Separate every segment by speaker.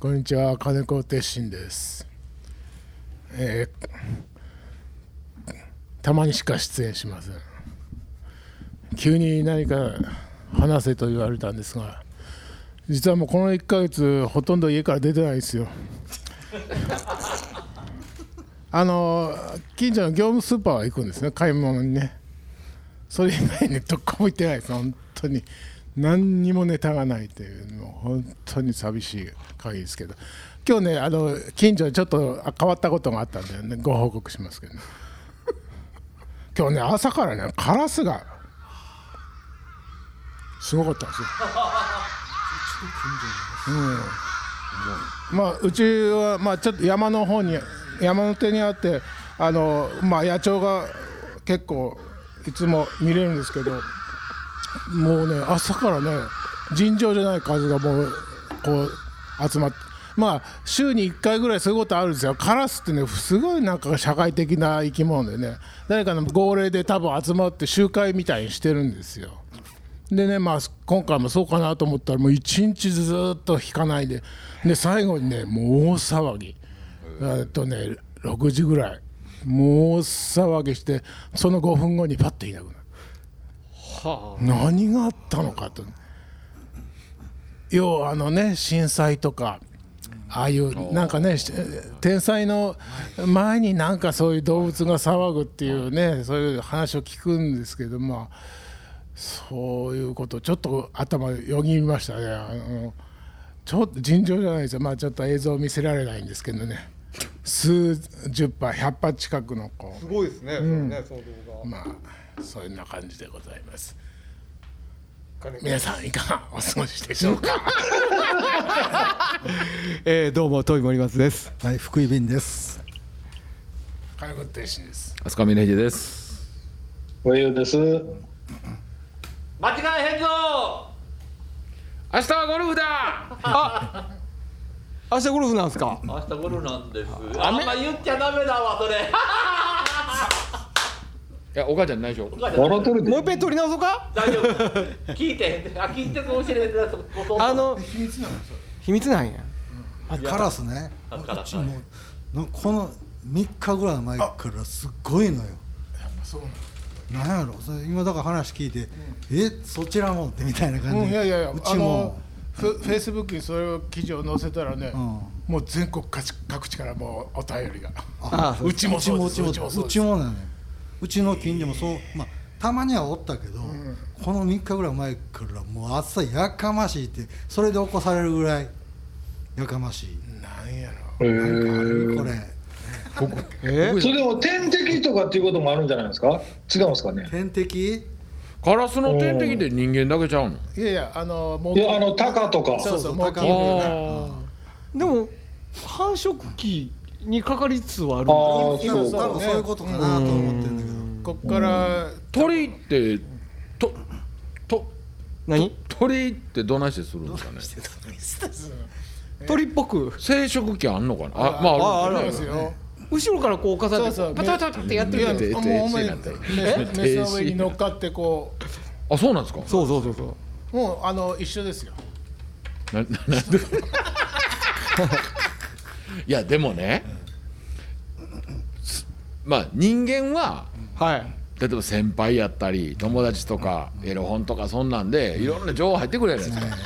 Speaker 1: こんにちは金子鉄心です、えーたまにしか出演しません急に何か話せと言われたんですが実はもうこの1ヶ月ほとんど家から出てないですよあの近所の業務スーパーは行くんですね買い物にねそれ以外にどこも行ってないです本当に何にもネタがないというもう本当に寂しい限りですけど今日ねあの近所にちょっと変わったことがあったんで、ね、ご報告しますけど、ね、今日ね朝からねカラスがすごかったんですよ。うん、まあうちは、まあ、ちょっと山の方に山の手にあってあの、まあ、野鳥が結構いつも見れるんですけどもうね朝からね尋常じゃない数がもうこう集まって。まあ週に1回ぐらいそういうことあるんですよカラスってねすごいなんか社会的な生き物でね誰かの号令で多分集まって集会みたいにしてるんですよ。でねまあ今回もそうかなと思ったらもう一日ずっと引かないでで最後にねもう大騒ぎえっとね6時ぐらいもう大騒ぎしてその5分後にパッといなくなる、何があったのかと要はあのね震災とかああいうなんかねし天災の前になんかそういう動物が騒ぐっていうねそういう話を聞くんですけどまあそういうことちょっと頭よぎりましたねあのちょっと尋常じゃないですよまあちょっと映像を見せられないんですけどね数十羽百羽近くのこ
Speaker 2: すごいですね、それね、その動
Speaker 1: うまあそんな感じでございます
Speaker 2: 画。金
Speaker 1: 皆さんいかがお過ごしでしょうか
Speaker 3: えー、どうもトイモリマスです。
Speaker 4: はい、福井便です。
Speaker 1: 金子天心です
Speaker 5: 飛鳥峰秀です。
Speaker 6: おゆうです。
Speaker 7: 間違えへんぞ
Speaker 5: 明日はゴルフだ。
Speaker 3: 明日ゴルフなんですか。
Speaker 7: 明日ゴルフなんですあんま言っちゃダメだわそれ
Speaker 5: いや、お母ちゃん内緒。
Speaker 6: 笑ってるで
Speaker 3: もう一遍取り直そうか。
Speaker 7: 大丈夫聞いてへんであ聞いてるかもしれへんでそこ
Speaker 3: あの秘密なんや。
Speaker 4: カラスね。
Speaker 7: だから
Speaker 4: うちものこの3日ぐらい前からすごいのよ。
Speaker 1: そう
Speaker 4: なんやろそれ今だから話聞いて、えそちらもってみたいな感
Speaker 1: う
Speaker 4: じ
Speaker 1: ん、いやいやいや
Speaker 4: う
Speaker 1: あ
Speaker 4: ち
Speaker 1: の
Speaker 4: も、
Speaker 1: フフェイスブックにそれを記事を載せたらね、
Speaker 4: うん、
Speaker 1: もう全国各地各地からもうお便りが
Speaker 3: あ
Speaker 1: うちも
Speaker 4: うちも
Speaker 1: そう
Speaker 4: う
Speaker 1: です
Speaker 4: ちも
Speaker 1: うちもそうです
Speaker 4: うちもなのようちの近所もそうまあたまにはおったけど、この3日ぐらい前からもう暑さやかましいってそれで起こされるぐらいやかましい、
Speaker 1: なんやろ
Speaker 6: へ
Speaker 4: こ
Speaker 6: ー
Speaker 4: れ
Speaker 3: え
Speaker 6: それでも天敵とかっていうこともあるんじゃないですか違うんですかね
Speaker 4: 天敵
Speaker 5: カラスの天敵で人間だけちゃうの。
Speaker 1: いやいやあのもう
Speaker 6: いやあのタカとか
Speaker 1: そうそうも
Speaker 4: そうう
Speaker 1: 切
Speaker 4: そう
Speaker 1: るよな
Speaker 5: あ
Speaker 3: でも繁殖期にかかりつつはあるん
Speaker 6: あ
Speaker 3: だ。
Speaker 6: あ
Speaker 1: 今
Speaker 6: そう
Speaker 1: そう
Speaker 6: か
Speaker 4: 多分そういうことかなと思ってるんだけど、
Speaker 1: こっから
Speaker 5: ー鳥って、と、と、
Speaker 3: 何？
Speaker 5: 鳥ってどないしてするんですかね。
Speaker 3: 鳥っぽく
Speaker 5: 生殖期あんのかな。あ、まあ、
Speaker 3: あ
Speaker 5: ある
Speaker 3: あ
Speaker 5: ん
Speaker 3: る
Speaker 5: だ
Speaker 1: で
Speaker 5: よね
Speaker 1: すよ
Speaker 3: 後ろからこう重
Speaker 1: そ
Speaker 3: ね
Speaker 1: うそ
Speaker 3: て
Speaker 1: う
Speaker 3: パタパタパタってやってる
Speaker 1: い
Speaker 3: や
Speaker 1: や
Speaker 3: ん。
Speaker 5: て
Speaker 1: もうほんまに
Speaker 5: 停止な
Speaker 1: メスメ
Speaker 5: んて
Speaker 1: スの上
Speaker 5: 停
Speaker 1: に
Speaker 5: 止
Speaker 1: 乗っかってこ
Speaker 5: あ、そうなんですか。
Speaker 3: そうそうそうそう。
Speaker 1: うもうあの一緒ですよ
Speaker 5: な、な、なんで。 いや、でもね。まあ、人間は。
Speaker 3: はい。
Speaker 5: 例えば先輩やったり友達とかエロ本とかそんなんでいろんな情報入ってくるじゃないですか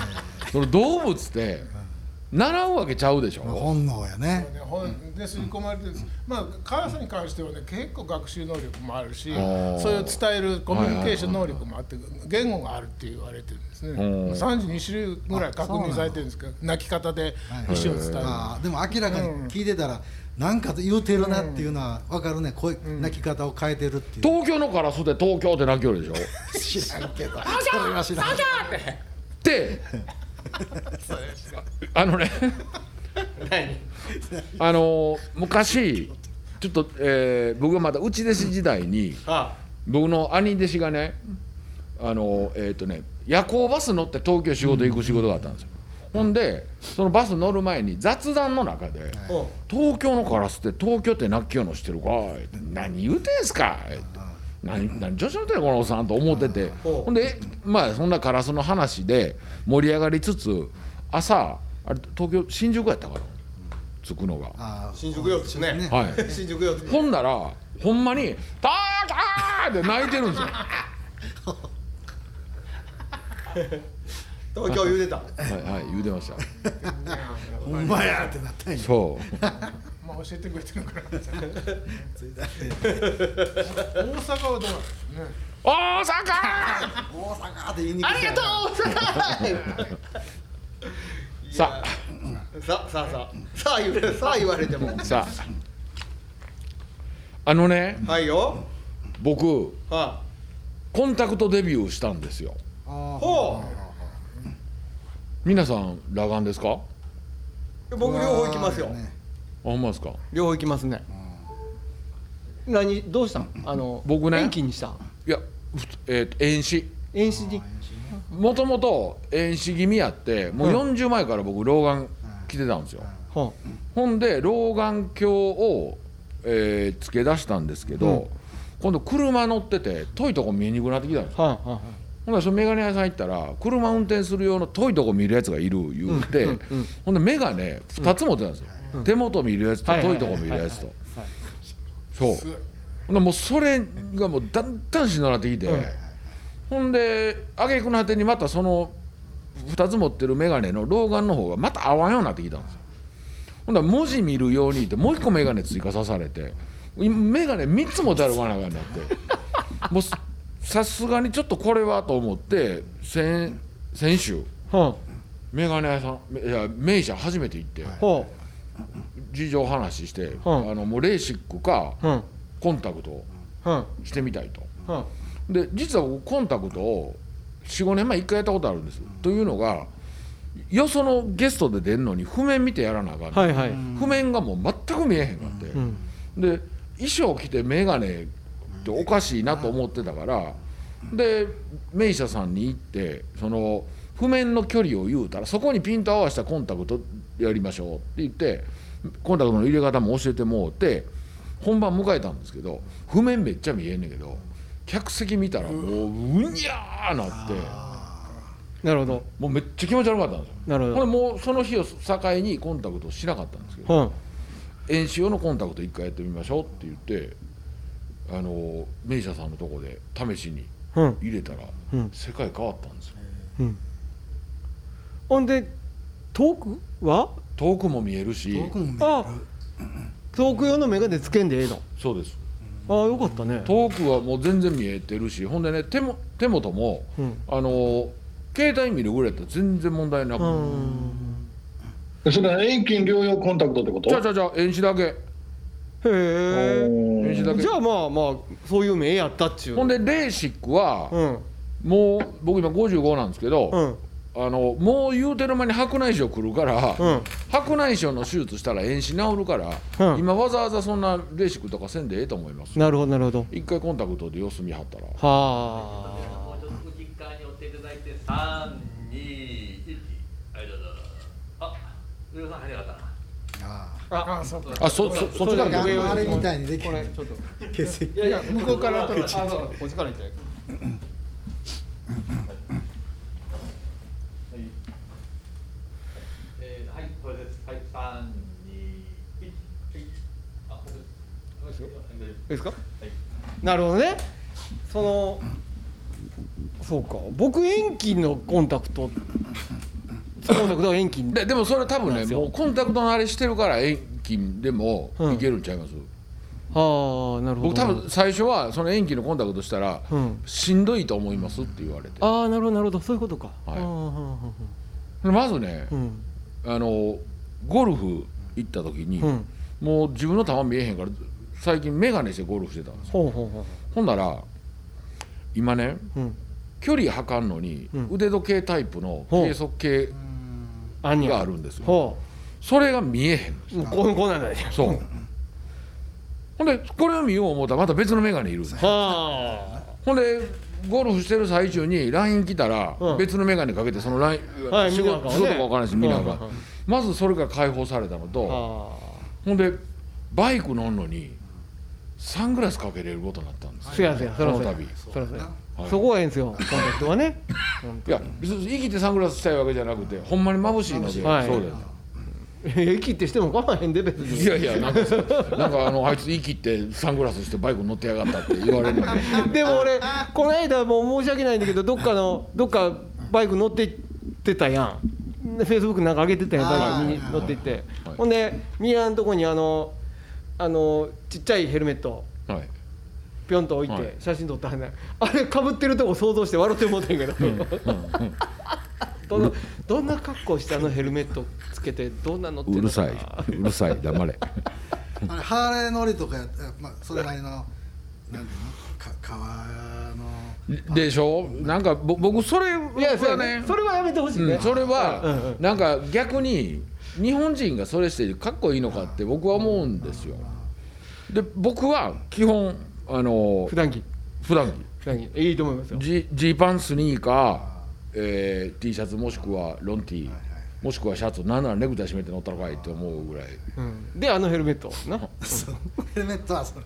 Speaker 5: その動物って習うわけちゃうでし
Speaker 4: まあ
Speaker 5: ょ
Speaker 4: 本能やね
Speaker 1: ね本で吸い込まれてるんですまあカラスに関してはね結構学習能力もあるし
Speaker 5: ー
Speaker 1: そういう伝えるコミュニケーション能力もあって言語があるって言われてるんですね
Speaker 5: ん
Speaker 1: 32種類ぐらい確認されてるんですけど泣き方で意思を伝える
Speaker 4: ああでも明らかに聞いてたらなんか言うてるなっていうのは分かるね声泣き方を変えてるっていう
Speaker 5: 東京のカラスで東京って鳴きよるでしょっ
Speaker 4: 知らんけどそれは知らん
Speaker 5: てあのねあの昔ちょっと、えー僕がまだ内弟子時代に
Speaker 7: あ
Speaker 5: 僕の兄弟子がねあのえっ、とね夜行バス乗って東京仕事行く仕事があったんですよ、ほんでそのバス乗る前に雑談の中で「東京のカラスって東京って泣きようのしてるか?」って「何言うてんすか?」って「何何調子乗ってんのこのおっさん」と思っててほんでまあそんなカラスの話で盛り上がりつつ朝あれ東京新宿やったから着くのが
Speaker 4: あー
Speaker 2: 新宿よですね。
Speaker 5: はい
Speaker 2: 新宿よです。
Speaker 5: ほんならほんまに「タカー!」って泣いてるんですよ
Speaker 2: 東京言うてた。
Speaker 5: はいはい言うてました
Speaker 4: ほんまやってなったんや
Speaker 5: そう
Speaker 1: まあ教えてくれてるから。大阪はどうなんですかね。
Speaker 5: 「大阪!」
Speaker 4: 大阪って言いにくいありがと
Speaker 5: さ
Speaker 2: ささあさあさあ言われさあ言われても。
Speaker 5: あさああのね
Speaker 2: はいよ。
Speaker 5: 僕
Speaker 2: は
Speaker 5: コンタクトデビューしたんですよ
Speaker 2: い。ほ
Speaker 5: 皆さん裸眼ですかあ
Speaker 2: う。僕両方行きますよ。
Speaker 5: ほんまですか
Speaker 3: 両方行きますね何どうしたんあの
Speaker 5: 僕ね
Speaker 3: 延期にした
Speaker 5: いや、ふつえーと遠視
Speaker 3: 延視に
Speaker 5: もともと遠視気味やってもう40前から僕老眼来てたんですよ、
Speaker 3: ほ
Speaker 5: ほんで老眼鏡を、えー、付け出したんですけど、今度車乗ってて遠いとこ見えにくくなってきたんです
Speaker 3: う
Speaker 5: よ
Speaker 3: はんはんはん
Speaker 5: ほんでそのメガネ屋さん行ったら車運転する用の遠いとこ見るやつがいる言うて、ほんでメガネ2つ持ってたんですよ、手元見るやつと
Speaker 3: はいはい
Speaker 5: 遠
Speaker 3: はいい
Speaker 5: とこ見るやつとそうほんでもうそれがもうだんだんしならってきて、ほんで挙句の果てにまたその2つ持ってるメガネの老眼の方がまた合わんようになってきたんですよほんだら文字見るようにってもう1個メガネ追加さされて今メガネ3つ持て歩かなあかん なってもうささすがにちょっとこれはと思って先先週
Speaker 3: はん
Speaker 5: メガネ屋さんめいや名医者初めて行って
Speaker 3: ほ
Speaker 5: 事情話して、
Speaker 3: うん
Speaker 5: あのもうレーシックか
Speaker 3: ううん
Speaker 5: コンタクトを
Speaker 3: うん
Speaker 5: してみたいと
Speaker 3: うん
Speaker 5: で実は僕コンタクトを45年前1回やったことあるんですというのがよそのゲストで出るのに譜面見てやらなあかんの、
Speaker 3: はいはい
Speaker 5: 譜面がもう全く見えへんかって、
Speaker 3: ん
Speaker 5: で衣装着て眼鏡っておかしいなと思ってたからで名医者さんに行ってその譜面の距離を言うたらそこにピント合わせたコンタクトやりましょうって言ってコンタクトの入れ方も教えてもうて本番迎えたんですけど譜面めっちゃ見えんねんけど客席見たらもううにゃーなって
Speaker 3: なるほど
Speaker 5: もうめっちゃ気持ち悪かったんですよ。
Speaker 3: なる
Speaker 5: これ
Speaker 3: ほ
Speaker 5: もうその日を境にコンタクトしなかったんですけど
Speaker 3: どうん
Speaker 5: 演習用のコンタクト一回やってみましょうって言ってあの名医者さんのとこで試しに
Speaker 3: うん
Speaker 5: 入れたら、
Speaker 3: うん
Speaker 5: 世界変わったんですよ
Speaker 3: ほんで遠くは
Speaker 5: 遠くも見えるし
Speaker 4: 遠くも見える
Speaker 3: あ遠く用のメガネつけんでええの
Speaker 5: そうです
Speaker 3: ああよかったね
Speaker 5: 遠くはもう全然見えてるしほんでね手も手元も、
Speaker 3: うん
Speaker 5: あの携帯見るぐらいだったら全然問題なく、
Speaker 3: うん
Speaker 6: それは遠近療養コンタクトってこと
Speaker 5: じゃあじゃあじゃあ遠視だけ
Speaker 3: へ
Speaker 6: お
Speaker 3: え
Speaker 5: 遠視だけ
Speaker 3: じゃあまあまあそういう目やったっちゅう
Speaker 5: ほんでレーシックは、
Speaker 3: うん
Speaker 5: もう僕今55なんですけど、
Speaker 3: うん
Speaker 5: あのもう言うてる間に白内障来るから、
Speaker 3: うん
Speaker 5: 白内障の手術したら遠視治るから、
Speaker 3: うん
Speaker 5: 今わざわざそんなレーシックとかせんでええと思います
Speaker 3: なるほどなるほど
Speaker 5: 一回コンタクトで様子見はったら
Speaker 3: は
Speaker 7: もうちょっと実家に寄っていただいて、三二一。はい、どうぞ。あ、上田さん入れなかったな。
Speaker 4: あ
Speaker 1: ああ、そうか。
Speaker 5: あそそそっちから
Speaker 4: あ
Speaker 5: 上
Speaker 4: あれみたいにできる
Speaker 3: ちょっと
Speaker 4: 欠席
Speaker 1: いやいや、向こうから取る。
Speaker 3: あそうこっちから行って
Speaker 7: えー、はい、これです。はい、三二一。はいあ、これです。
Speaker 3: いいですか、なるほどねそのそうか僕遠近のコンタクトコンタクトは遠近
Speaker 5: ででもそれ多分ねもうコンタクトのあれしてるから遠近でも
Speaker 3: うん
Speaker 5: いけるんちゃいます、
Speaker 3: はあなるほど
Speaker 5: 僕多分最初はその遠近のコンタクトしたら、
Speaker 3: うん
Speaker 5: しんどいと思いますって言われて
Speaker 3: ああなるほどなるほどそういうことか、
Speaker 5: はい
Speaker 3: あー
Speaker 5: まずね、
Speaker 3: うん
Speaker 5: あのゴルフ行った時に、
Speaker 3: うん
Speaker 5: もう自分の球見えへんから最近眼鏡してゴルフしてたんですよ
Speaker 3: ほうほうほ
Speaker 5: ほんなら今ね
Speaker 3: ううん
Speaker 5: 距離測るのに
Speaker 3: うん
Speaker 5: 腕時計タイプの計測計
Speaker 3: あんに
Speaker 5: があ
Speaker 3: ゃ
Speaker 5: るんですよ
Speaker 3: ほ
Speaker 5: それが見えへん
Speaker 3: うもうこうこうなんだよ
Speaker 5: そうほんでこれを見よう思ったらまた別の眼鏡いるんですよ
Speaker 3: は
Speaker 5: ほんでゴルフしてる最中に LINE 来たら
Speaker 3: うん
Speaker 5: 別の眼鏡かけてその LINE
Speaker 3: はい
Speaker 5: 仕
Speaker 3: 見なあかん
Speaker 5: 事
Speaker 3: ね
Speaker 5: 仕事か分からないし見なあか
Speaker 3: うんうんんうん
Speaker 5: まずそれが解放されたの
Speaker 3: あ
Speaker 5: と
Speaker 3: は
Speaker 5: ほんでバイク乗んのにサングラスかけれることになったんですよ
Speaker 3: そやそやそらそ
Speaker 5: この
Speaker 3: や
Speaker 5: 度
Speaker 3: そらそや
Speaker 5: はい
Speaker 3: そこがええんですよコンタクトはね 本
Speaker 5: いや別に生きてサングラスしたいわけじゃなくてほんまに眩しいので、
Speaker 3: はい
Speaker 5: そうだよね
Speaker 3: 当に駅ってしても構わへんで別
Speaker 5: い
Speaker 3: に
Speaker 5: やいやなんかそうなんかあのあいつ生きてサングラスしてバイク乗ってやがったって言われるので
Speaker 3: でも俺この間もう申し訳ないんだけどどっかのどっかバイク乗ってってたやんフェイスブックなんか上げてたやんバイクに乗ってって、
Speaker 5: はい
Speaker 3: ほんでミラーのとこにあのあのちっちゃいヘルメット
Speaker 5: はい
Speaker 3: ぴょんと置い
Speaker 5: は
Speaker 3: て
Speaker 5: い
Speaker 3: 写真撮ったはんねんあれかぶってるとこ想像して笑ってもうてんけど、 どんなどんな格好してあのヘルメットつけてどんな乗って
Speaker 5: う
Speaker 3: る
Speaker 5: る
Speaker 3: のか
Speaker 5: さ
Speaker 3: ない
Speaker 5: いうるさい黙れ
Speaker 4: あれハーレー乗りとかやったらまあ、それなりのなんていうのか川の
Speaker 5: でしょなんかぼ僕それはい
Speaker 3: やそうやねそれはやめてほしいね、
Speaker 5: うん、それ
Speaker 3: うんう
Speaker 5: は
Speaker 3: ん
Speaker 5: なんか逆に日本人がそれしてかっこいいのかって僕は思うんですよで僕は基本あの
Speaker 3: 普段着
Speaker 5: 普段
Speaker 3: 普段着いいと思いますよ
Speaker 5: 着ジジーパンスニーカー、えー、T シャツもしくはロンティーもしくはシャツなんならネクタイ締めて乗ったのかいって思うぐらい
Speaker 3: うんであのヘルメットな、
Speaker 4: そうヘルメットはそれ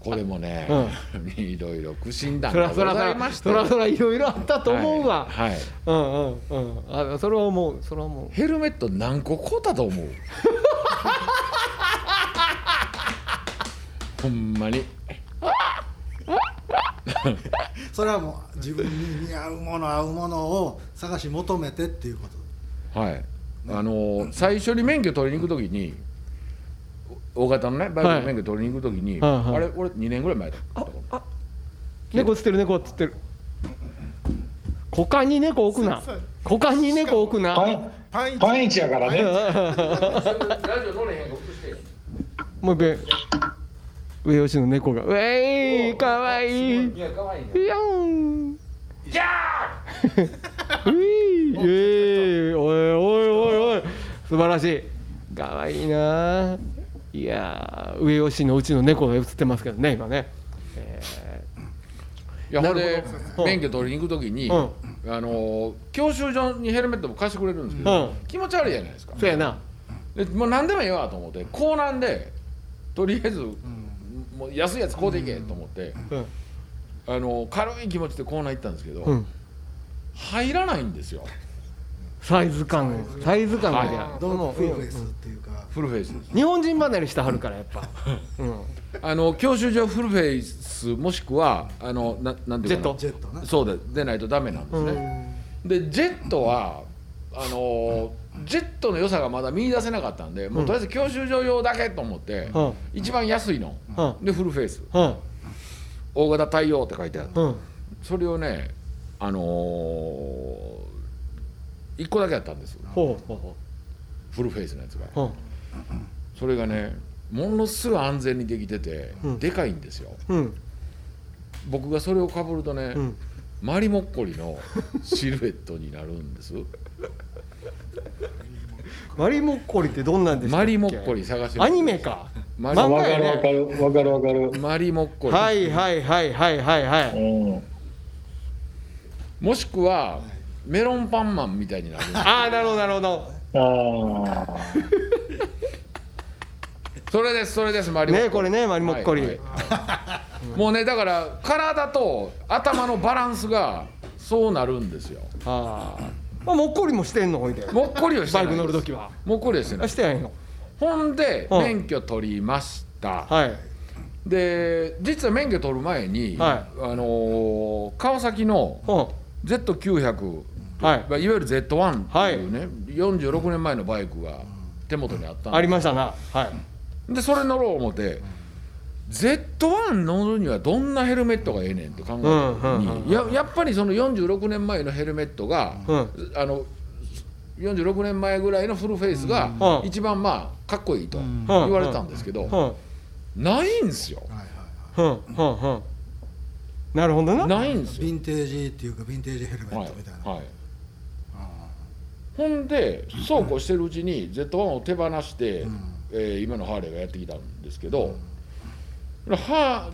Speaker 5: これもね、 いろいろ苦心談
Speaker 3: そ
Speaker 5: が
Speaker 3: ら
Speaker 5: ご
Speaker 3: そら
Speaker 5: ざい
Speaker 3: そ
Speaker 5: ま
Speaker 3: ら
Speaker 5: して
Speaker 3: そらそらいろいろあったと思うわ、
Speaker 5: はいはい
Speaker 3: うんうんうんあそれは思うそれは思う
Speaker 5: ヘルメット何個買うたと思 うほんまに
Speaker 4: それはもう自分に似合うもの合うものを探し求めてっていうこと
Speaker 5: はいあのー最初に免許取りに行く時にお大型のねバイクの免許取りに行く時に、
Speaker 3: はいはいはい
Speaker 5: あれ俺2年ぐらい前だったかな
Speaker 3: 猫つってる猫つってる股間に猫置くな股間に猫置くな
Speaker 6: パン
Speaker 1: パンイチ
Speaker 6: パンイチやからね。
Speaker 3: もう一遍上吉の猫が「ウェイかわいい」「いやかわいい」「ヤン」「ギャー」「ウィー」「イエーイ」「おいおいおいおい」素晴らしいかわいいなあいやあ上吉のうちの猫が映ってますけどね今ね、え
Speaker 5: いやほんで
Speaker 3: なるほど
Speaker 5: 免許取りに行く時に、
Speaker 3: うん
Speaker 5: あのー教習所にヘルメットも貸してくれるんですけど、
Speaker 3: うん
Speaker 5: 気持ち悪いじゃないですか
Speaker 3: ー、そうやな
Speaker 5: でもう何でもええわと思って高難でとりあえず、もう安いやつ買うていけと思って、
Speaker 3: うん
Speaker 5: あのー軽い気持ちでコーナー行ったんですけど、
Speaker 3: うん
Speaker 5: 入らないんですよ
Speaker 3: サイズ感サイズ感がじゃあ
Speaker 4: どうも
Speaker 3: も
Speaker 4: フ
Speaker 3: う
Speaker 4: ルフェイスっていうか
Speaker 5: フルフェイスです
Speaker 3: 日本人離れしてはるからやっぱ、うん、
Speaker 5: あの教習所フルフェイスもしくはあのななんていうかな
Speaker 4: ジェットな
Speaker 5: そうででないとダメなんですね、でジェットはあのジェットの良さがまだ見出せなかったんでもうとりあえず教習所用だけと思って、
Speaker 3: うん
Speaker 5: 一番安いの、
Speaker 3: うん
Speaker 5: でフルフェイス
Speaker 3: うん
Speaker 5: 大型対応って書いてある、
Speaker 3: うん
Speaker 5: それをねあの1個だけあったんです
Speaker 3: ほうほうほ
Speaker 5: フルフェイスのやつが
Speaker 3: うほ
Speaker 5: それがねものすごい安全にできてて、
Speaker 3: うん
Speaker 5: でかいんですよ
Speaker 3: ううん
Speaker 5: 僕がそれをかぶるとね、
Speaker 3: うん
Speaker 5: マリモッコリのシルエットになるんです
Speaker 3: マリモッコリってどんなんでしたっ
Speaker 5: マ
Speaker 3: け
Speaker 5: リモッコリ探して
Speaker 3: アニメか
Speaker 5: マリ
Speaker 3: 漫
Speaker 6: わ
Speaker 3: 画
Speaker 6: か
Speaker 3: や
Speaker 6: るわか
Speaker 3: ね
Speaker 6: るわかるわかる。
Speaker 5: マリモッコリ、
Speaker 3: はいはいはいはいはいは
Speaker 6: う
Speaker 3: い
Speaker 6: ん。
Speaker 5: もしくはメロンパンマンみたいになる
Speaker 3: ああなるほどなるほど
Speaker 6: ああ。
Speaker 5: それですそれですマリモッコ
Speaker 3: ね
Speaker 5: リ
Speaker 3: これねマリモッコリ、
Speaker 5: はいはいもうねだから体と頭のバランスがそうなるんですよ
Speaker 3: ああまあモッコリもしてんのほいで
Speaker 5: もっこりをして
Speaker 3: バ
Speaker 5: ない
Speaker 3: イク乗る
Speaker 5: です
Speaker 3: 時は
Speaker 5: もっこりをしてな
Speaker 3: あ
Speaker 5: い
Speaker 3: してないの
Speaker 5: ほんで
Speaker 3: うん
Speaker 5: 免許取りました、
Speaker 3: はい
Speaker 5: で実は免許取る前に、
Speaker 3: は
Speaker 5: あのー川崎の
Speaker 3: うん
Speaker 5: Z900
Speaker 3: はい
Speaker 5: まあいわゆる Z1 っていうね、46年前のバイクが手元にあったん
Speaker 3: あり
Speaker 5: で
Speaker 3: ましたなはい
Speaker 5: でそれ乗ろう思って、Z1 乗るにはどんなヘルメットがええねんって考えた時に、
Speaker 3: うんうんうん
Speaker 5: ややっぱりその46年前のヘルメットが、
Speaker 3: うん
Speaker 5: あの46年前ぐらいのフルフェイスが
Speaker 3: うん
Speaker 5: 一番まあかっこいいと言われたんですけど、
Speaker 3: うん
Speaker 5: ないんですよ
Speaker 4: はいはいはい
Speaker 3: うんうんうんなるほどな
Speaker 5: ないんです
Speaker 4: ヴ
Speaker 5: よ、
Speaker 4: ィンテージっていうかヴィンテージヘルメ
Speaker 5: は
Speaker 4: ッ
Speaker 5: い
Speaker 4: トみたいな、
Speaker 5: はい、ほんでそうこうしてるうちに Z1 を手放して、えー今のハーレーがやってきたんですけど、ハ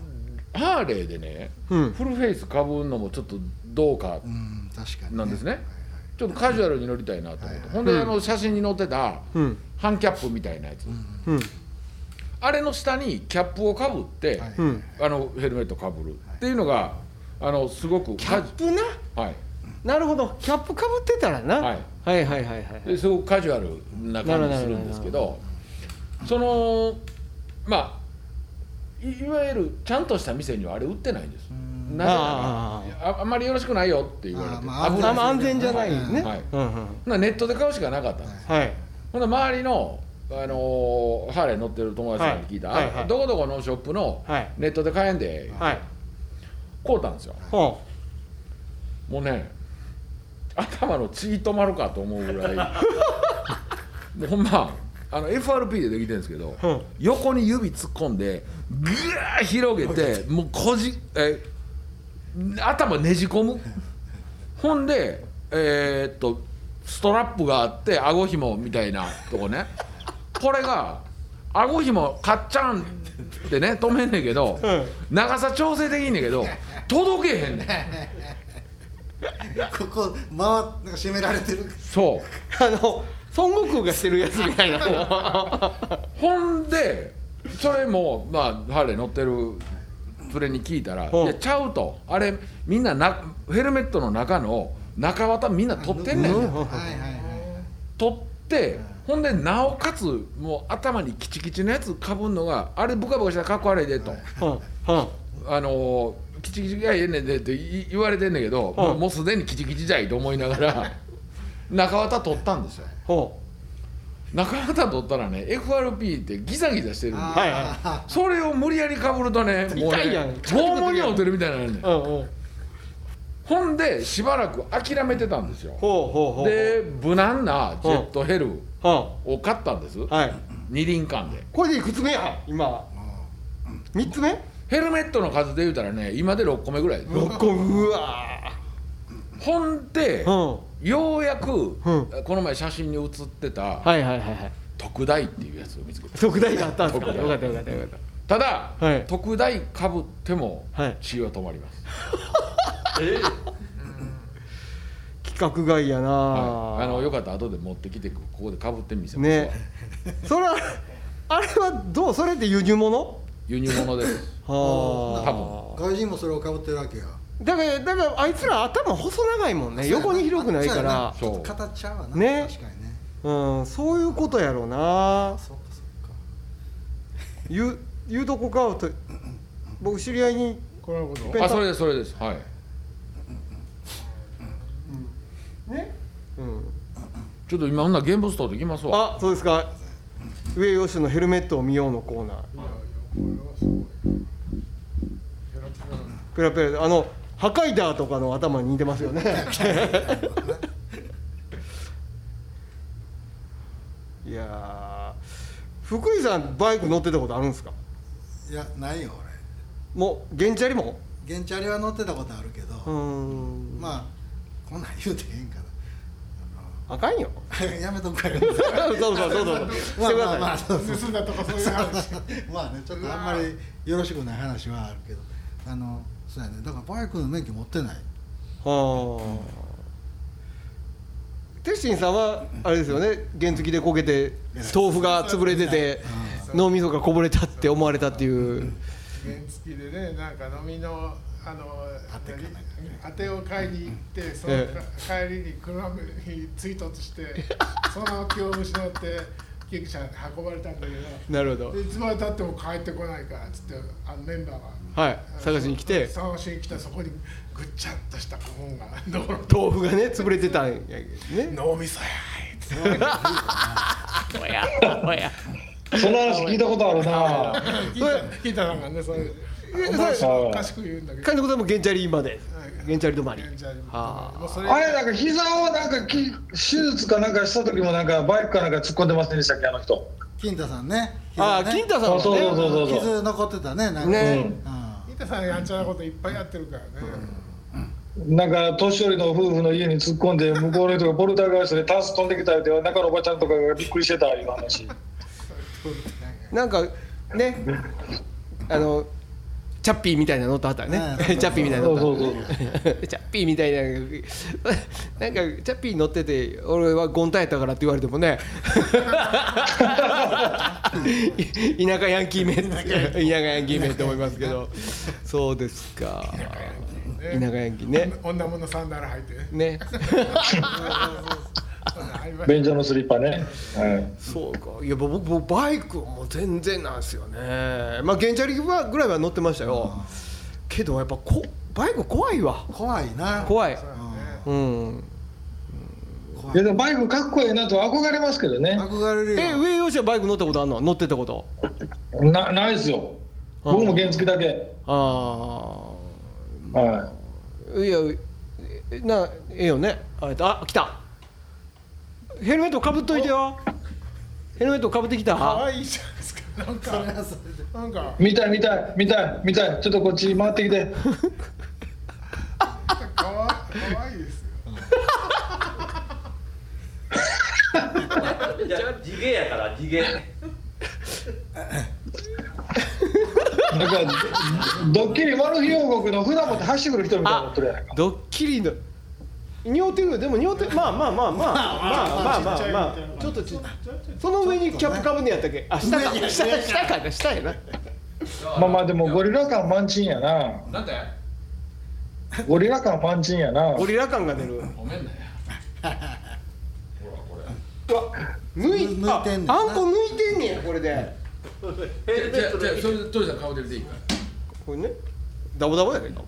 Speaker 5: ーハーレーでね、
Speaker 3: うん
Speaker 5: フルフェイスかぶるのもちょっとどうか
Speaker 4: うん確かに、
Speaker 5: なんですね、ちょっとカジュアルに乗りたいなと思って、ほんであの写真に載ってた
Speaker 3: うん
Speaker 5: ハンキャップみたいなやつ、
Speaker 3: うん
Speaker 5: あれの下にキャップをかぶって、
Speaker 3: うん
Speaker 5: あのヘルメットかぶるっていうのがあのすごくキ
Speaker 3: キャップな
Speaker 5: はい
Speaker 3: なるほどキャップかぶってたらな、
Speaker 5: はい
Speaker 3: はいはいはいはい
Speaker 5: ですごくカジュアルな感じするんですけどそのまあいいわゆるちゃんとした店にはあれ売ってないんですなぜなら
Speaker 3: あ
Speaker 5: ああんまりよろしくないよって言われて
Speaker 4: あーまあ
Speaker 5: 危
Speaker 3: あ
Speaker 5: ない
Speaker 3: んま安全じゃないね、
Speaker 5: はい
Speaker 3: うんうん
Speaker 5: ほなネットで買うしかなかったんです
Speaker 3: はい
Speaker 5: ほんで周りの、あのーハーレー乗ってる友達に聞いた、
Speaker 3: はいはいはい
Speaker 5: あどこどこのショップの
Speaker 3: はい
Speaker 5: ネットで買えんで、
Speaker 3: はい
Speaker 5: 買うたんですよ
Speaker 3: ほ
Speaker 5: もうね頭の血止まるかと思うぐ らいもうほんまあの FRP でできてるんですけど、
Speaker 3: うん
Speaker 5: 横に指突っ込んでぐわー広 げてもうこじえ頭ねじ込むほんでえーっとストラップがあって顎ひもみたいなとこねこれが顎ひもカッチャンってね止めんねんけ
Speaker 3: ん
Speaker 5: ど、長さ調整できんねんけど届けへんねん
Speaker 4: ここ回っなんか締められてる
Speaker 5: そ う
Speaker 3: うあの孫悟空がしてるやつみたいな
Speaker 5: ほんでそれもまあハーレー乗ってる連れに聞いたら「い
Speaker 3: うん
Speaker 5: やちゃう」と「あれみんななヘルメットの中の中綿みんな取ってんねん」
Speaker 4: はいはいはい
Speaker 5: 取ってほんでなおかつもう頭にキチキチのやつかぶんのがあれブカブカしたらかっこ悪いでと。
Speaker 3: うんうん
Speaker 5: あのーキチキチがええねんでってい言われてんねんけど、
Speaker 3: うん
Speaker 5: もうすでにキチキチじゃいと思いながら 中綿取ったんですよ
Speaker 3: ほ
Speaker 5: 中綿取ったらね FRP ってギザギザしてるんで
Speaker 4: あー
Speaker 3: はいはい
Speaker 5: それを無理やりかぶるとねもう
Speaker 3: 痛いやん
Speaker 5: ね拷問に遭うてるみたいになるねん
Speaker 3: ううんうん
Speaker 5: ほんでしばらく諦めてたんですよ
Speaker 3: ほうほうほう
Speaker 5: で無難なジェットヘル
Speaker 3: は
Speaker 5: を買ったんです
Speaker 3: あはい
Speaker 5: 二輪間で
Speaker 3: これでいくつ目や今は3つ目
Speaker 5: ヘルメットの数で言うたらね今で6個目ぐらいです
Speaker 3: 6個うわ
Speaker 5: ほんで
Speaker 3: うん
Speaker 5: ようやく
Speaker 3: ん
Speaker 5: この前写真に写ってた
Speaker 3: はいはいはいはい
Speaker 5: 特大っていうやつを見つけた
Speaker 3: 特大があったんですか
Speaker 5: 特大
Speaker 3: よかったよかったよかった
Speaker 5: だ
Speaker 3: はい
Speaker 5: 特大かぶっても
Speaker 3: はい
Speaker 5: 血は止まります
Speaker 3: た規格外やな
Speaker 5: はいあの
Speaker 3: あ
Speaker 5: よかったら後で持ってきてここでかぶってみせますわ
Speaker 3: ねそれはあれはどうそれって輸入物
Speaker 5: 輸入物です
Speaker 3: は
Speaker 4: 外人もそれをかぶってるわけや
Speaker 3: あだからだからあいつら頭細長いもんね横に広くないから
Speaker 4: そうや
Speaker 5: そう
Speaker 4: なちょっと形ちゃうわな
Speaker 3: ね
Speaker 4: 確かにね
Speaker 3: うんそういうことやろうな
Speaker 4: そうかそうか
Speaker 3: 言う言うとこかと僕知り合いに
Speaker 1: これのこと
Speaker 3: ペンタ
Speaker 5: あそれですそれですはい
Speaker 3: ねうん
Speaker 5: ちょっと今ほんなら現物取ってきますわ
Speaker 3: あそうですか上吉野のヘルメットを見ようのコーナーペラペラであのハカイダーとかの頭に似てますよね いやー福井さんバイク乗ってたことあるんですか
Speaker 4: いやないよ
Speaker 3: もう現チャリも
Speaker 4: 俺現地あれは乗ってたことあるけど
Speaker 3: うーん
Speaker 4: まあこんなん言うてへんか
Speaker 3: あかんよ
Speaker 4: ら やめとくか ら
Speaker 3: そうそうそうそうそうし
Speaker 4: まあ
Speaker 3: てください、
Speaker 4: まあまあそうそう
Speaker 1: 盗んだとかそういう話
Speaker 4: まあねちょっとあんまりよろしくない話はあるけどあのそうやねだからバイクの免許持ってない
Speaker 3: はあ。鉄心さんはあれですよね原付で焦げて豆腐が潰れてて脳みそがこぼれたって思われたっていう
Speaker 1: 原付でねなんか飲みのあの当てを買いに行ってその
Speaker 3: え
Speaker 1: 帰りに車に追突してそのまま気を失って救急車に運ばれたんだけ
Speaker 3: なるほ
Speaker 1: ど
Speaker 3: ど
Speaker 1: でいつまでたっても帰ってこないからっつってあのメンバーが。
Speaker 3: はい探しに来て
Speaker 1: 探しに来たそこにぐっちゃっとした古本が道路
Speaker 3: 豆腐がね潰れてたんやけどね
Speaker 1: 脳みそやいつって
Speaker 6: その話聞いたことあるな。
Speaker 1: 聞いたなんかねそういう
Speaker 3: え
Speaker 1: お前それおかしく言うんだけど
Speaker 3: 金子さんも原チャリまで原チャリ止まり
Speaker 1: 全然
Speaker 3: は
Speaker 1: もうそれ
Speaker 6: あれなんか膝をなんかき手術かなんかした時もなんかバイクかなんか突っ込んでませんでしたっけあの人。
Speaker 4: 金太さんね
Speaker 3: ああ
Speaker 4: 膝ね
Speaker 3: 金太さん
Speaker 6: あそうそう
Speaker 3: も
Speaker 6: そ
Speaker 3: ね
Speaker 6: うそうそう
Speaker 4: 傷残ってたねなんか
Speaker 3: ね
Speaker 4: うん
Speaker 1: 伊田さんやんちゃなこといっぱいやってるからね、
Speaker 6: なんか年寄りの夫婦の家に突っ込んで向こうの人がボルターガイストでタンス飛んできたって中のおばちゃんとかがびっくりしてたいう話。
Speaker 3: なんかねあのチャッピーみたいなのとあったね
Speaker 4: うん
Speaker 3: チャッピーみたいなのとあったね
Speaker 6: そう
Speaker 3: チャッピーみたいななんかチャッピーに乗ってて俺はゴンタやったからって言われてもね田舎ヤンキーめって田舎ヤンキーめって思いますけどそうですか田舎ヤンキーね
Speaker 1: 女物サンダル履いて
Speaker 3: ね
Speaker 6: 便所のスリッパね、はい
Speaker 3: そうかいや僕僕バイクも全然なんですよねまあ原チャリはぐらいは乗ってましたよけどやっぱこバイク怖いわ
Speaker 4: 怖いな
Speaker 3: 怖いうん
Speaker 6: いやでもバイクかっこいいなと憧れますけどね
Speaker 4: 憧れる
Speaker 3: え
Speaker 4: よ
Speaker 3: 上吉はバイク乗ったことあんの乗ってたこと
Speaker 6: なないですよ僕も原付だけ、
Speaker 3: あ
Speaker 6: はい
Speaker 3: あいやえなええよねあえっとあ来たヘルメットかぶっといてよヘルメットかぶってきた
Speaker 1: 可愛いじゃないですかなんかなんか
Speaker 6: 見たい見たい見たい見たいちょっとこっち回ってきて
Speaker 1: かわ可愛いですよ
Speaker 7: じゃあ地毛やから地毛
Speaker 6: なんか ドッキリマルヒ王国の船持って走ってくる人みたいになってるやないか
Speaker 3: ドッキリの尿ってるでも尿ってまあまあまあまあまあまあまあまあまあちょっとちその上にキャップかぶんねやったっけあ下か下下かな下やな
Speaker 6: まあまあでもゴリラ感満賃やな
Speaker 5: なんて
Speaker 6: ゴリラ感満賃やな
Speaker 3: ゴリラ感が出る
Speaker 5: ごめんね
Speaker 3: 抜い
Speaker 4: 抜いてんねんな
Speaker 3: ああんこ抜いてんねやこれで
Speaker 7: ヘルメ
Speaker 5: じゃ
Speaker 7: ット
Speaker 5: あ
Speaker 7: の
Speaker 5: じゃあそれでトシさん顔出ていいか
Speaker 3: これねダボダボやけ ど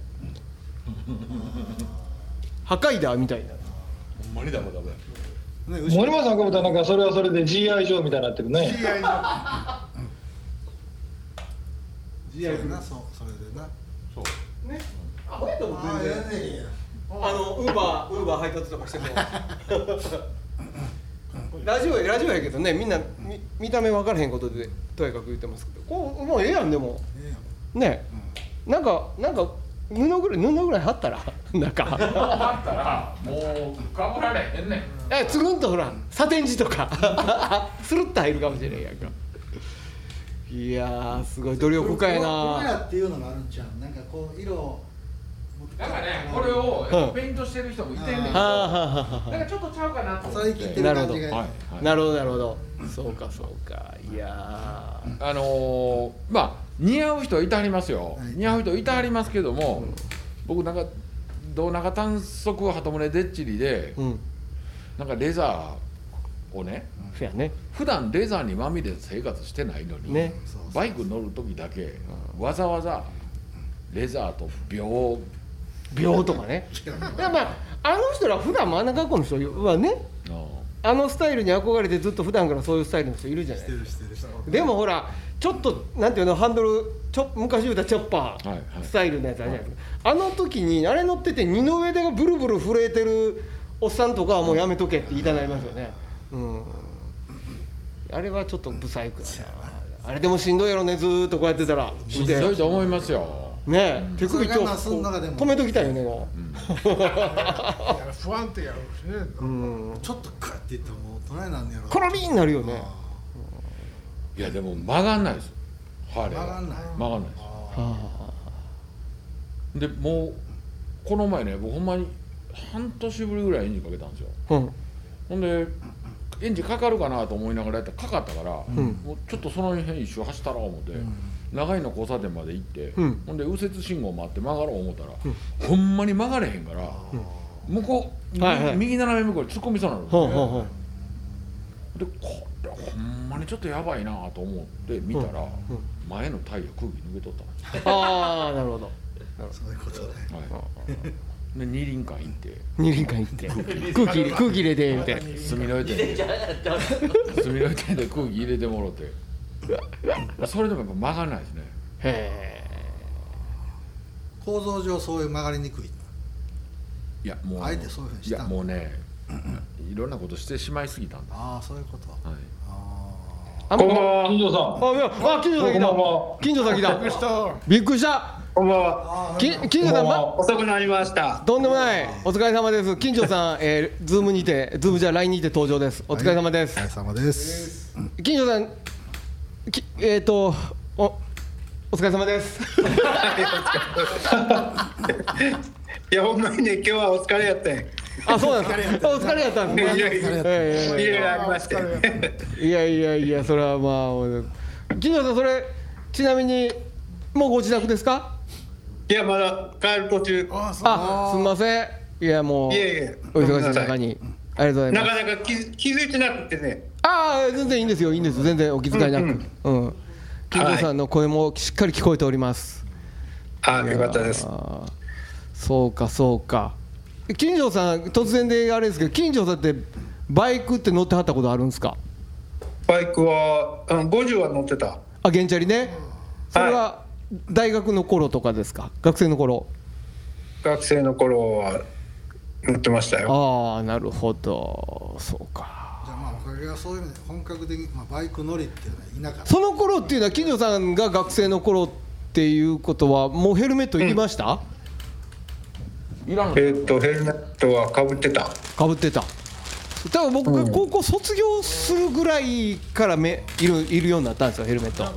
Speaker 3: 破壊だみたいな
Speaker 5: らほんまにダメダメ
Speaker 4: ね後
Speaker 6: 森
Speaker 4: ろ
Speaker 6: 本さんかぶったらなんかそれはそれで GI 上みたいになってるね
Speaker 1: 気合いの
Speaker 4: そうやなそうそれでな
Speaker 3: ねあほやと思
Speaker 4: ああやねんや
Speaker 3: あのウーバーウーバー配達とか してもラジオやラジオやけどねみんなみ見た目分からへんことでとやかく言ってますけどこうもうええやんでも
Speaker 4: ええやん
Speaker 3: ね、なんかなんか布ぐらい布ぐらい貼ったら 中
Speaker 5: だったらもうかぶられへんねん
Speaker 3: えつるんとほらサテン地とか スルッと入るかもしれんやんかいやーすごい努力深い
Speaker 4: ここや
Speaker 3: な
Speaker 4: っていうのがあるんちゃうなんかこう色を持ってきた
Speaker 5: だ
Speaker 4: ら
Speaker 5: からねこれをやっぱペイントしてる人もいてんねんけど
Speaker 3: あーはあ
Speaker 5: だ
Speaker 3: はあはあ
Speaker 5: からちょっとちゃうかなと思っ
Speaker 4: そ
Speaker 5: て
Speaker 4: れ切ってる感じが
Speaker 5: はい
Speaker 4: い
Speaker 5: はい
Speaker 3: なるほどなるほどそうかそうかいやー
Speaker 5: あのーまあ似合う人はいてはりますよ、
Speaker 4: はい
Speaker 5: 似合う人いてはりますけども、僕なんか胴長短足鳩胸でっちりで、
Speaker 3: うん
Speaker 5: なんかレザーをね
Speaker 3: そやね
Speaker 5: 普段レザーにまみれて生活してないのに、
Speaker 3: ね
Speaker 5: バイク乗る時だけわざわざレザーと秒
Speaker 3: 秒とかねだからまああの人ら普段もあんな格好の人はね
Speaker 5: の
Speaker 3: あのスタイルに憧れてずっと普段からそういうスタイルの人いるじゃない
Speaker 4: してるしてるしてる
Speaker 3: でもほらちょっとなんていうのハンドルちょ昔言うたチョッパ
Speaker 5: はいはい
Speaker 3: ースタイルのやつあるじゃないですか、あの時にあれ乗ってて二の腕がブルブル震えてるおっさんとかはもうやめとけって言いたなりますよねうんあれはちょっと不細工だなあれでもしんどいやろねずーっとこうやってたら
Speaker 5: しんどいと思いますよ
Speaker 3: ねえ手首今
Speaker 4: それが
Speaker 3: 日
Speaker 4: まあその中でも
Speaker 3: 止めときたいよねも
Speaker 1: いや不安定やろうしね
Speaker 3: う、うん、
Speaker 4: ちょっとクッていってもう大人になんねやろ
Speaker 3: コロリーになるよね
Speaker 5: いやでも曲がんないですハーレ
Speaker 4: 曲
Speaker 5: ーは
Speaker 4: がんない
Speaker 5: 曲がんないです
Speaker 3: は
Speaker 5: でもうこの前ね僕ほんまに半年ぶりぐらいエンジンかけたんですよ
Speaker 3: あうん
Speaker 5: ほんでエンジンかかるかなと思いながらやったらかかったから、
Speaker 3: ん
Speaker 5: もうちょっとその辺一周走ったら思って、長井の交差点まで行って、
Speaker 3: うん
Speaker 5: ほんで右折信号もあって曲がろう思ったら、ほんまに曲がれへんから、向こう、
Speaker 3: はいはい
Speaker 5: 右斜め向こうに突っ込みそうなの、
Speaker 3: ほうほうほう
Speaker 5: でこれほんまにちょっとやばいなと思って見たら、
Speaker 3: うん
Speaker 5: 前のタイヤ空気抜けとったんです
Speaker 3: ああなるほど
Speaker 4: そういうことね
Speaker 5: よ、はい、で二輪館行って
Speaker 3: 二輪館行って空気入れ空気入れてみたいな
Speaker 5: 住みの店で
Speaker 7: じゃあじゃあ
Speaker 5: 住みの店で空気入れてもろてそれでもやっぱ曲がらないですね
Speaker 3: へ
Speaker 4: 構造上そういう曲がりにくい
Speaker 5: いやもう
Speaker 4: あえてそういうふうにした
Speaker 5: やもうねいろんなことしてしまいすぎたんだ、
Speaker 4: ああそういうこと
Speaker 5: はい、
Speaker 4: あ
Speaker 3: あ
Speaker 6: こんばん
Speaker 3: あ
Speaker 6: は金城さ
Speaker 3: いやあ近所さん来た
Speaker 6: こ
Speaker 1: びっ
Speaker 3: 近所さん来た
Speaker 6: んばんは
Speaker 1: くりした
Speaker 3: びっくりした
Speaker 8: こんばんは。
Speaker 4: あ
Speaker 3: き近所さんま
Speaker 8: 遅くなりました。
Speaker 3: とんでもないお疲れ様です近所さんえーズームにてズームじゃ LINE にて登場ですお疲れ様です
Speaker 4: お疲れ様です
Speaker 3: 近所さんきえっ、とおお疲れ様です
Speaker 8: いや、ほんまにね、今日はお疲れやってん。
Speaker 3: あ、そうなんですか。お疲れやったんですね。
Speaker 6: いやいや
Speaker 3: いやいやいや
Speaker 6: いろいろありまして
Speaker 1: あーお疲れ
Speaker 3: いやいやいやそれはまあもう金城さんそれちなみにもうご自宅ですか
Speaker 6: いやまだ帰る途中
Speaker 1: あーそう
Speaker 3: あすみませんいやもう
Speaker 6: いえいえ
Speaker 3: お忙しい中にありがとうござい
Speaker 6: な
Speaker 3: ま
Speaker 6: か
Speaker 3: す
Speaker 6: なか気気づいてなくてね
Speaker 3: ああ全然いいんですよいいんです全然お気遣いなくうん、金城さんの声もしっかり聞こえております、
Speaker 6: ああよかったです
Speaker 3: あーそうかそうか金城さん突然であれですけど金城さんってバイクって乗ってはったことあるんですか
Speaker 6: バイクは、うん、50は乗ってた
Speaker 3: あ現チャリねそれは大学の頃とかですか学生の頃
Speaker 6: 学生の頃は乗ってましたよ
Speaker 3: ああなるほどそうか
Speaker 4: じゃあまあおかげがそういう意味で本格的に、まあ、バイク乗りっていうのはいなかった
Speaker 3: その頃っていうのは金城さんが学生の頃っていうことはもうヘルメットいりました、
Speaker 5: いらん
Speaker 6: えーっとヘルメットはかぶってた
Speaker 3: かぶってた多分僕が高校卒業するぐらいからめいるいるようになったんですよヘルメットなん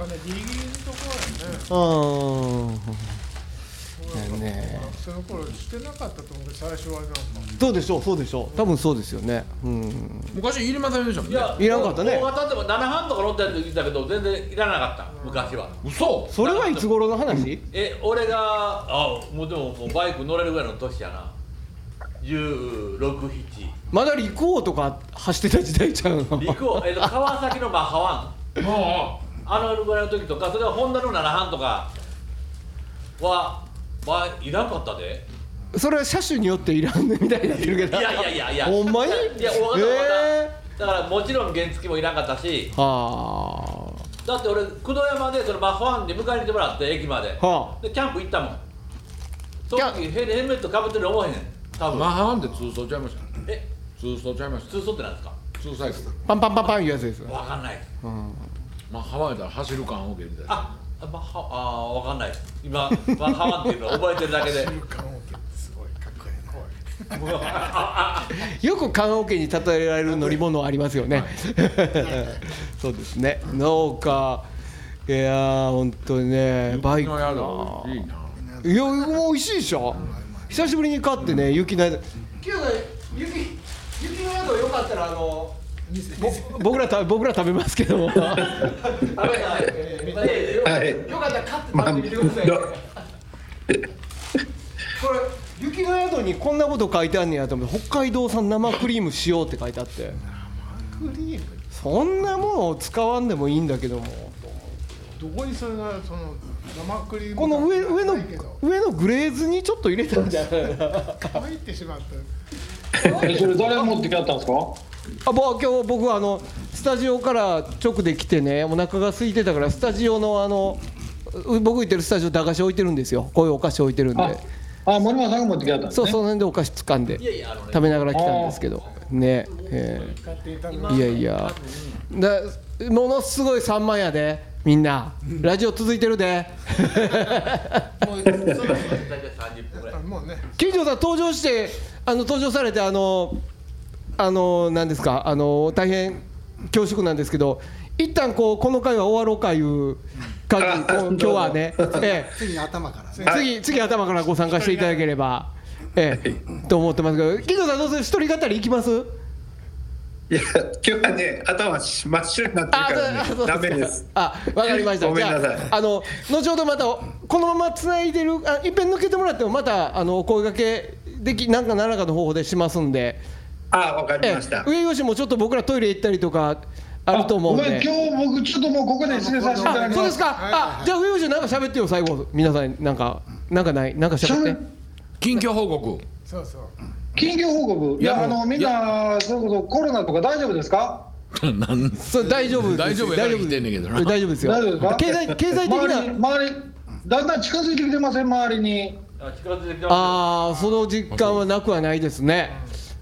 Speaker 3: かねうんね
Speaker 1: その頃してなかったと思うけど最初はなんか
Speaker 3: どうでしょうそうでしょう多分そうですよねうん
Speaker 5: 昔いりませんでしたもん
Speaker 7: い
Speaker 5: ね
Speaker 7: や
Speaker 3: いらんかったね
Speaker 7: 大型でも7半とか乗ったやついたけど全然いらなかった昔は
Speaker 5: 嘘
Speaker 3: それはいつ頃の話
Speaker 7: え俺があもうでももうバイク乗れるぐらいの年やな167
Speaker 3: まだ陸王とか走ってた時代ちゃうの
Speaker 7: 陸を、えっと川崎のマハワン
Speaker 5: あ
Speaker 7: あのぐらいの時とかそれはホンダの7半とかはまあいらんかったで
Speaker 3: それは車種によっていらんねみたいになってるけ
Speaker 7: い
Speaker 3: ど
Speaker 7: やいやいやいや
Speaker 3: ほんまに
Speaker 7: いや大型大
Speaker 3: え
Speaker 7: 型だからもちろん原付もいらんかった
Speaker 3: ー、
Speaker 7: し
Speaker 3: は
Speaker 7: だって俺工藤山でそのマハワンで迎えに来てもらって駅まで、
Speaker 3: あは
Speaker 7: でキャンプ行ったもんその時ヘルヘルメットかぶってる思わへん多
Speaker 5: あ
Speaker 7: 分、
Speaker 5: マハンで通走ちゃいました
Speaker 7: え
Speaker 5: 通走ちゃいまし
Speaker 7: 通走ってなんですか
Speaker 5: た通サイクル
Speaker 3: あパンパンパンパンいうやつですよ
Speaker 7: わかんない
Speaker 5: まあハワイだ走る感を受けみたいな
Speaker 7: ああまあはあーわかんない今まあハワンっていうのを覚えてるだけで
Speaker 3: よく棺桶に例えられる乗り物はありますよ ねそうですね農家いやー本当にねバイク
Speaker 5: 雪の
Speaker 3: な
Speaker 5: 宿いいない
Speaker 3: やもう美味しいでしょ久しぶりに買ってね 雪の宿けど雪雪の宿よかったらあの僕らた僕ら食べますけども
Speaker 7: あれあれ見て
Speaker 6: はい
Speaker 3: よかったら買って
Speaker 6: まあ
Speaker 3: 食べてみてください、
Speaker 6: ど
Speaker 3: これ雪の宿にこんなこと書いてあんねやと思って北海道産生クリーム使用って書いてあって
Speaker 1: クリーム
Speaker 3: そんなものを使わんでもいいんだけども
Speaker 1: どこにそれがその生クリーム
Speaker 3: この上上の
Speaker 1: ないけど
Speaker 3: 上のグレーズにちょっと入れたんじゃないかな
Speaker 1: 入ってしまった
Speaker 6: えそれ誰持ってきはったんですか
Speaker 3: あぼ今日僕あのスタジオから直で来てねお腹が空いてたからスタジオのあのう僕行ってるスタジオ駄菓子置いてるんですよこういうお菓子置いてるんで
Speaker 6: あ森間さんが持ってきはったんです
Speaker 3: そう
Speaker 6: ね
Speaker 3: その辺でお菓子掴んで
Speaker 7: いやいやあのね
Speaker 3: 食べながら来たんですけどねえー
Speaker 1: 買っていただ
Speaker 3: いやいやだものすごい散漫やでみんなラジオ続いてるで
Speaker 7: そんな人大体30分ぐらい
Speaker 1: くもうね
Speaker 3: 金城さん登場してあの登場されてあのあの何ですかあの大変恐縮なんですけど一旦こうこの回は終わろうかいう感じこう今日は ね、え
Speaker 4: 次に頭からね
Speaker 3: え、次次頭からご参加していただければ、ええ、と思ってますけど金城さんどうする一人語りいきます
Speaker 6: いや今日はね頭真っ白になってるからねダメです
Speaker 3: あ、わかりました。
Speaker 6: ごめんなさい
Speaker 3: じゃあ、あの、後ほどまた、このまま繋いでる、あ、一遍抜けてもらっても、また、あの、お声掛け。でき、なんか何らかの方法でしますんで。
Speaker 6: あわかり
Speaker 3: え
Speaker 6: ました
Speaker 3: 上吉もちょっと僕らトイレ行ったりとか、あると思うん
Speaker 6: ごめん
Speaker 3: で。
Speaker 6: 今日僕ちょっともうここで締めさせていただ
Speaker 3: あ、
Speaker 6: き
Speaker 3: そう
Speaker 6: ま
Speaker 3: ですすか。あ、じゃあ、上吉なんか喋ってよ、最後、皆さん、なんか、なんかない、なんか喋って。
Speaker 5: 近況報 告
Speaker 1: そうそう
Speaker 6: 近況報告いやあのみんなそれこそコロナとか大丈夫ですか
Speaker 5: なん
Speaker 3: そう、大丈夫です。
Speaker 5: 大丈夫やから
Speaker 3: 大丈夫
Speaker 5: 生きてんねんけどな
Speaker 3: 大丈夫ですよ
Speaker 6: 大丈夫ですか。
Speaker 3: 経済、経済的
Speaker 6: 周り
Speaker 3: な。
Speaker 6: 周りだんだん近づいてきてません周りに
Speaker 7: あ近づいてきてま
Speaker 3: ああ、その実感はなくはないですね。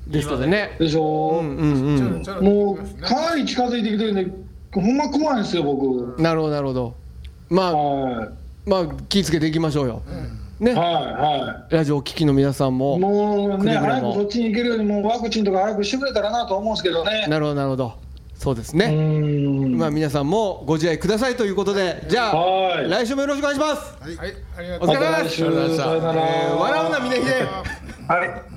Speaker 3: ですのでね。
Speaker 6: でしょ、
Speaker 3: うん、うん、うん。
Speaker 1: ちょろちょろ
Speaker 6: もうかなり近づいてきてるんでほんま怖いんですよ僕、
Speaker 3: なるほどなるほどまあ
Speaker 6: は
Speaker 3: まあ気ぃつけていきましょうよ、ね、
Speaker 6: いはいはい
Speaker 3: ラジオお聞きの皆さんも
Speaker 6: もう
Speaker 3: くれぐれも
Speaker 6: ね、早くそっちに行けるように、もうワクチンとか早くしてくれたらなと思うんですけどね。
Speaker 3: なるほどなるほどそうです
Speaker 6: う
Speaker 3: ね、
Speaker 6: ーん
Speaker 3: まあ皆さんもご自愛くださいということでじゃあ、
Speaker 6: はい
Speaker 3: 来週もよろしくお願いします
Speaker 1: はいありがとう
Speaker 3: お疲れ様です、
Speaker 6: また来週
Speaker 5: ありがとうございました
Speaker 6: さよなら
Speaker 3: えー笑うな峰秀
Speaker 6: はい